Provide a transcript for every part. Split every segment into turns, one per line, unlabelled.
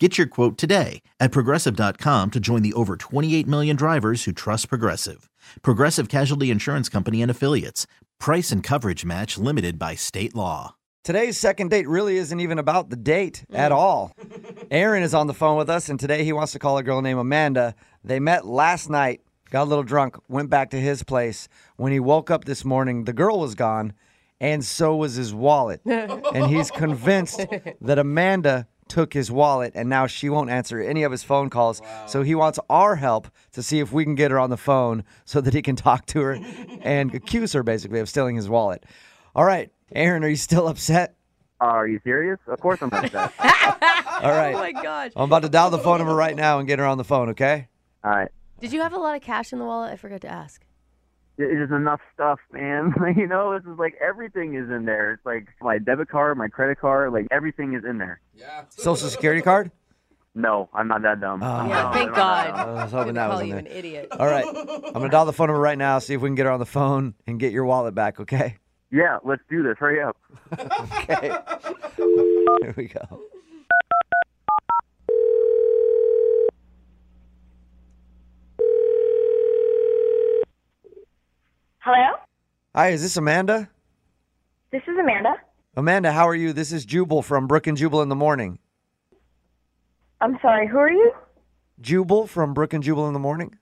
Get your quote today at progressive.com to join the over 28 million drivers who trust Progressive. Progressive Casualty Insurance Company and Affiliates. Price and coverage match limited by state law.
Today's second date really isn't even about the date at all. Aaron is on the phone with us, and today he wants to call a girl named Amanda. They met last night, got a little drunk, went back to his place. When he woke up this morning, the girl was gone, and so was his wallet. and he's convinced that Amanda took his wallet, and now she won't answer any of his phone calls. So he wants our help to see if we can get her on the phone so that he can talk to her and accuse her basically of stealing his wallet. All right, Aaron, are you still upset?
Are you serious? Of course I'm upset.
All right.
Oh my gosh.
I'm about to dial the phone number right now and get her on the phone, okay?
All right.
Did you have a lot of cash in the wallet? I forgot to ask.
There's enough stuff, man. you know, this is like everything is in there. It's like my debit card, my credit card, like everything is in there.
Social security card?
No, I'm not that dumb.
Oh.
Yeah,
No,
thank
no, no,
God.
no.
I was
I'm
hoping
gonna
that
call
was in
you
there.
an idiot.
All right. I'm going to dial the phone number right now, see if we can get her on the phone and get your wallet back, okay?
Yeah, let's do this. Hurry up.
Okay. Here we go.
Hello?
Hi, is this Amanda?
This is Amanda.
Amanda, how are you? This is Jubal from Brook and Jubal in the Morning.
I'm sorry, who are you?
Jubal from Brook and Jubal in the Morning?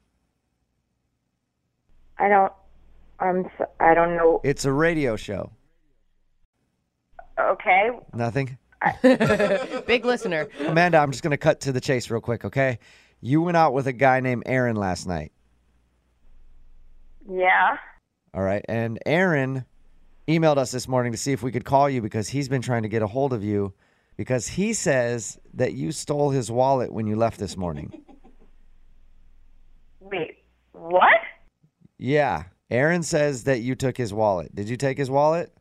I don't I'm so, I don't know.
It's a radio show.
Okay.
Nothing?
Big listener.
Amanda, I'm just going to cut to the chase real quick, okay? You went out with a guy named Aaron last night.
Yeah.
All right. And Aaron emailed us this morning to see if we could call you because he's been trying to get a hold of you because he says that you stole his wallet when you left this morning.
Wait. What?
yeah. Aaron says that you took his wallet. Did you take his wallet?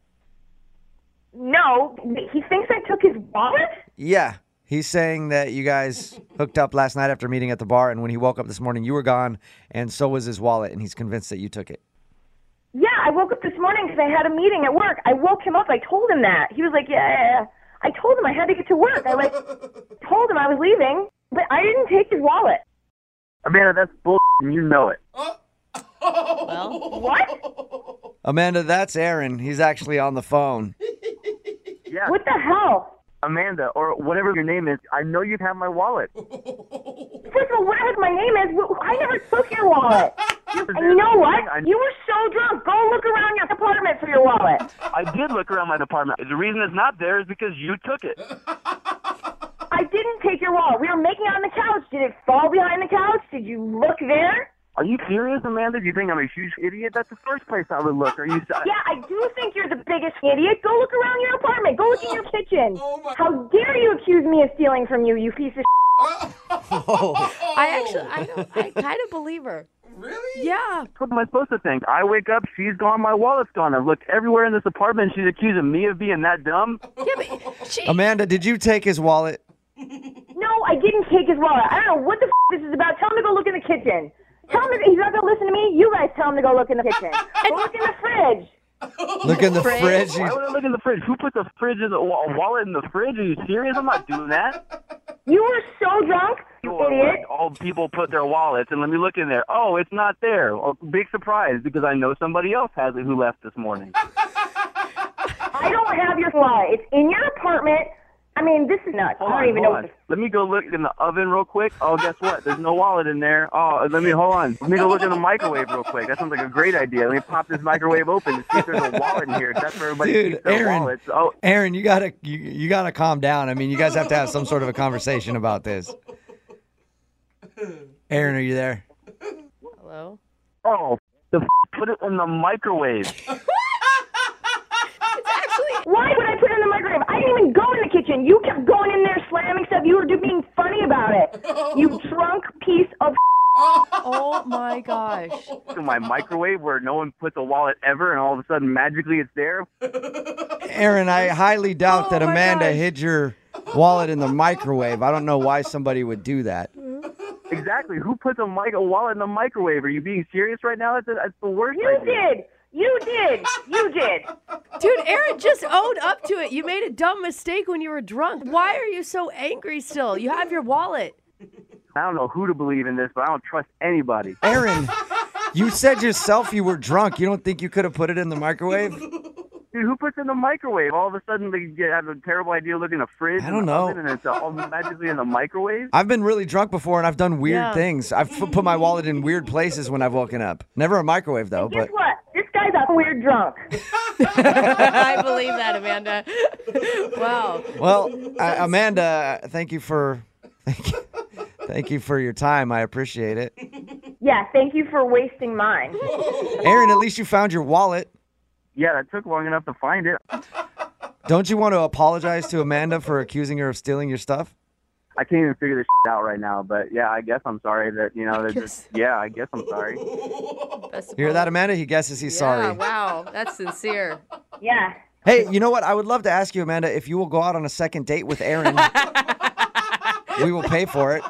No, he thinks I took his wallet?
Yeah. He's saying that you guys hooked up last night after meeting at the bar, and when he woke up this morning, you were gone, and so was his wallet, and he's convinced that you took it.
Yeah, I woke up this morning because I had a meeting at work. I woke him up. I told him that. He was like, "Yeah." yeah, yeah." I told him I had to get to work. I like told him I was leaving, but I didn't take his wallet.
Amanda, that's bull. and You know it.
Well,
What?
Amanda, that's Aaron. He's actually on the phone.
Yeah,
What the hell?
Amanda, or whatever your name is, I know you have my wallet.
First of all, whatever my name is, wh- I never took your wallet. And you know what? You were so drunk. Go look around your apartment for your wallet.
I did look around my department. The reason it's not there is because you took it.
I didn't take your wallet. We were making out on the couch. Did it fall behind the couch? Did you look there?
Are you serious, Amanda? Do you think I'm a huge idiot? That's the first place I would look. Are you?
Yeah, I do think you're the biggest idiot. Go look around your apartment. Go look in your kitchen. How dare you accuse me of stealing from you, you piece of shit.
I actually, I don't, I kind of believe her. Really? Yeah.
What am I supposed to think? I wake up, she's gone, my wallet's gone. I've looked everywhere in this apartment. She's accusing me of being that dumb.
Yeah, but she,
Amanda, did you take his wallet?
No, I didn't take his wallet. I don't know what the f- this is about. Tell him to go look in the kitchen. Tell him to, he's not going to listen to me. You guys tell him to go look in the kitchen. Go look in the fridge.
Look in the
Fridge.
fridge.
Why would I look in the fridge? Who puts a fridge in the wa- a wallet in the fridge? Are you serious? I'm not doing that.
You were so drunk, you
Or where
idiot.
All people put their wallets, and let me look in there. Oh, it's not there. Oh, big surprise because I know somebody else has it who left this morning.
I don't have your wallet. It's in your apartment. I mean, this is nuts.
Hold
I
on,
don't even know
hold
what
on.
the
Let me go look in the oven real quick. Oh, guess what? There's no wallet in there. Oh, let me hold on. Let me go look in the microwave real quick. That sounds like a great idea. Let me pop this microwave open and see if there's a wallet in here. That's where everybody
Dude,
keeps their
Aaron.
wallets. Oh,
Aaron, you gotta you, you gotta calm down. I mean, you guys have to have some sort of a conversation about this. Aaron, are you there?
hello.
oh, the f- put it in the microwave.
It's actually,
Why would I put it in the microwave? I didn't even go in the kitchen. You kept going in there slamming stuff. You were just being funny about it. You drunk piece of
Oh my gosh.
to my microwave where no one puts a wallet ever, and all of a sudden magically it's there.
Aaron, I highly doubt
Oh
that
my
Amanda
gosh.
hid your wallet in the microwave. I don't know why somebody would do that.
Exactly. Who puts a mic a wallet in the microwave? Are you being serious right now? That's, that's the worst.
You
idea.
did. You did. You did.
Dude, Aaron just owned up to it. You made a dumb mistake when you were drunk. Why are you so angry still? You have your wallet.
I don't know who to believe in this, but I don't trust anybody.
Aaron, you said yourself you were drunk. You don't think you could have put it in the microwave?
Dude, who puts in the microwave? All of a sudden, they get, have a terrible idea looking at a fridge.
I
and
don't
the
know.
oven, and it's all magically in the microwave.
I've been really drunk before and I've done weird
Yeah.
things. I've f- put my wallet in weird places when I've woken up. Never a microwave though,
Guess
but
what? This guy's a weird drunk.
I believe that, Amanda. wow.
well, I, Amanda, thank you for thank you, thank you for your time. I appreciate it.
Yeah, thank you for wasting mine.
Aaron, at least you found your wallet.
Yeah, that took long enough to find it.
Don't you want to apologize to Amanda for accusing her of stealing your stuff?
I can't even figure this shit out right now. But yeah, I guess I'm sorry that you know. That just, yeah, I guess I'm sorry.
Best
You hear that, Amanda? He guesses he's
Yeah,
sorry.
wow. That's sincere.
Yeah.
Hey, you know what? I would love to ask you, Amanda, if you will go out on a second date with Aaron. we will pay for it.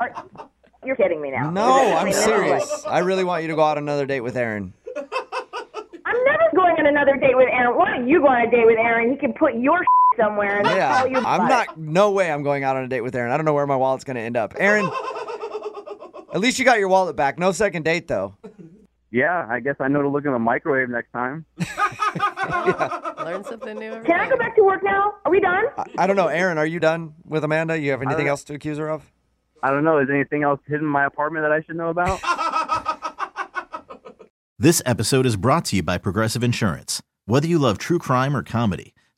You're kidding me now.
No,
You're
I'm
kidding me now.
serious. I really want you to go out on another date with Aaron.
I'm never going on another date with Aaron. Why don't you go on a date with Aaron? He can put your somewhere and
Yeah.
tell you
I'm
about it.
not no way I'm going out on a date with Aaron. I don't know where my wallet's gonna end up. Aaron At least you got your wallet back. No second date though.
Yeah, I guess I know to look in the microwave next time.
Learn something new every
Can I
day.
go back to work now? Are we done?
I don't know, Aaron, are you done with Amanda? You have anything else to accuse her of?
I don't know. Is anything else hidden in my apartment that I should know about?
This episode is brought to you by Progressive Insurance. Whether you love true crime or comedy,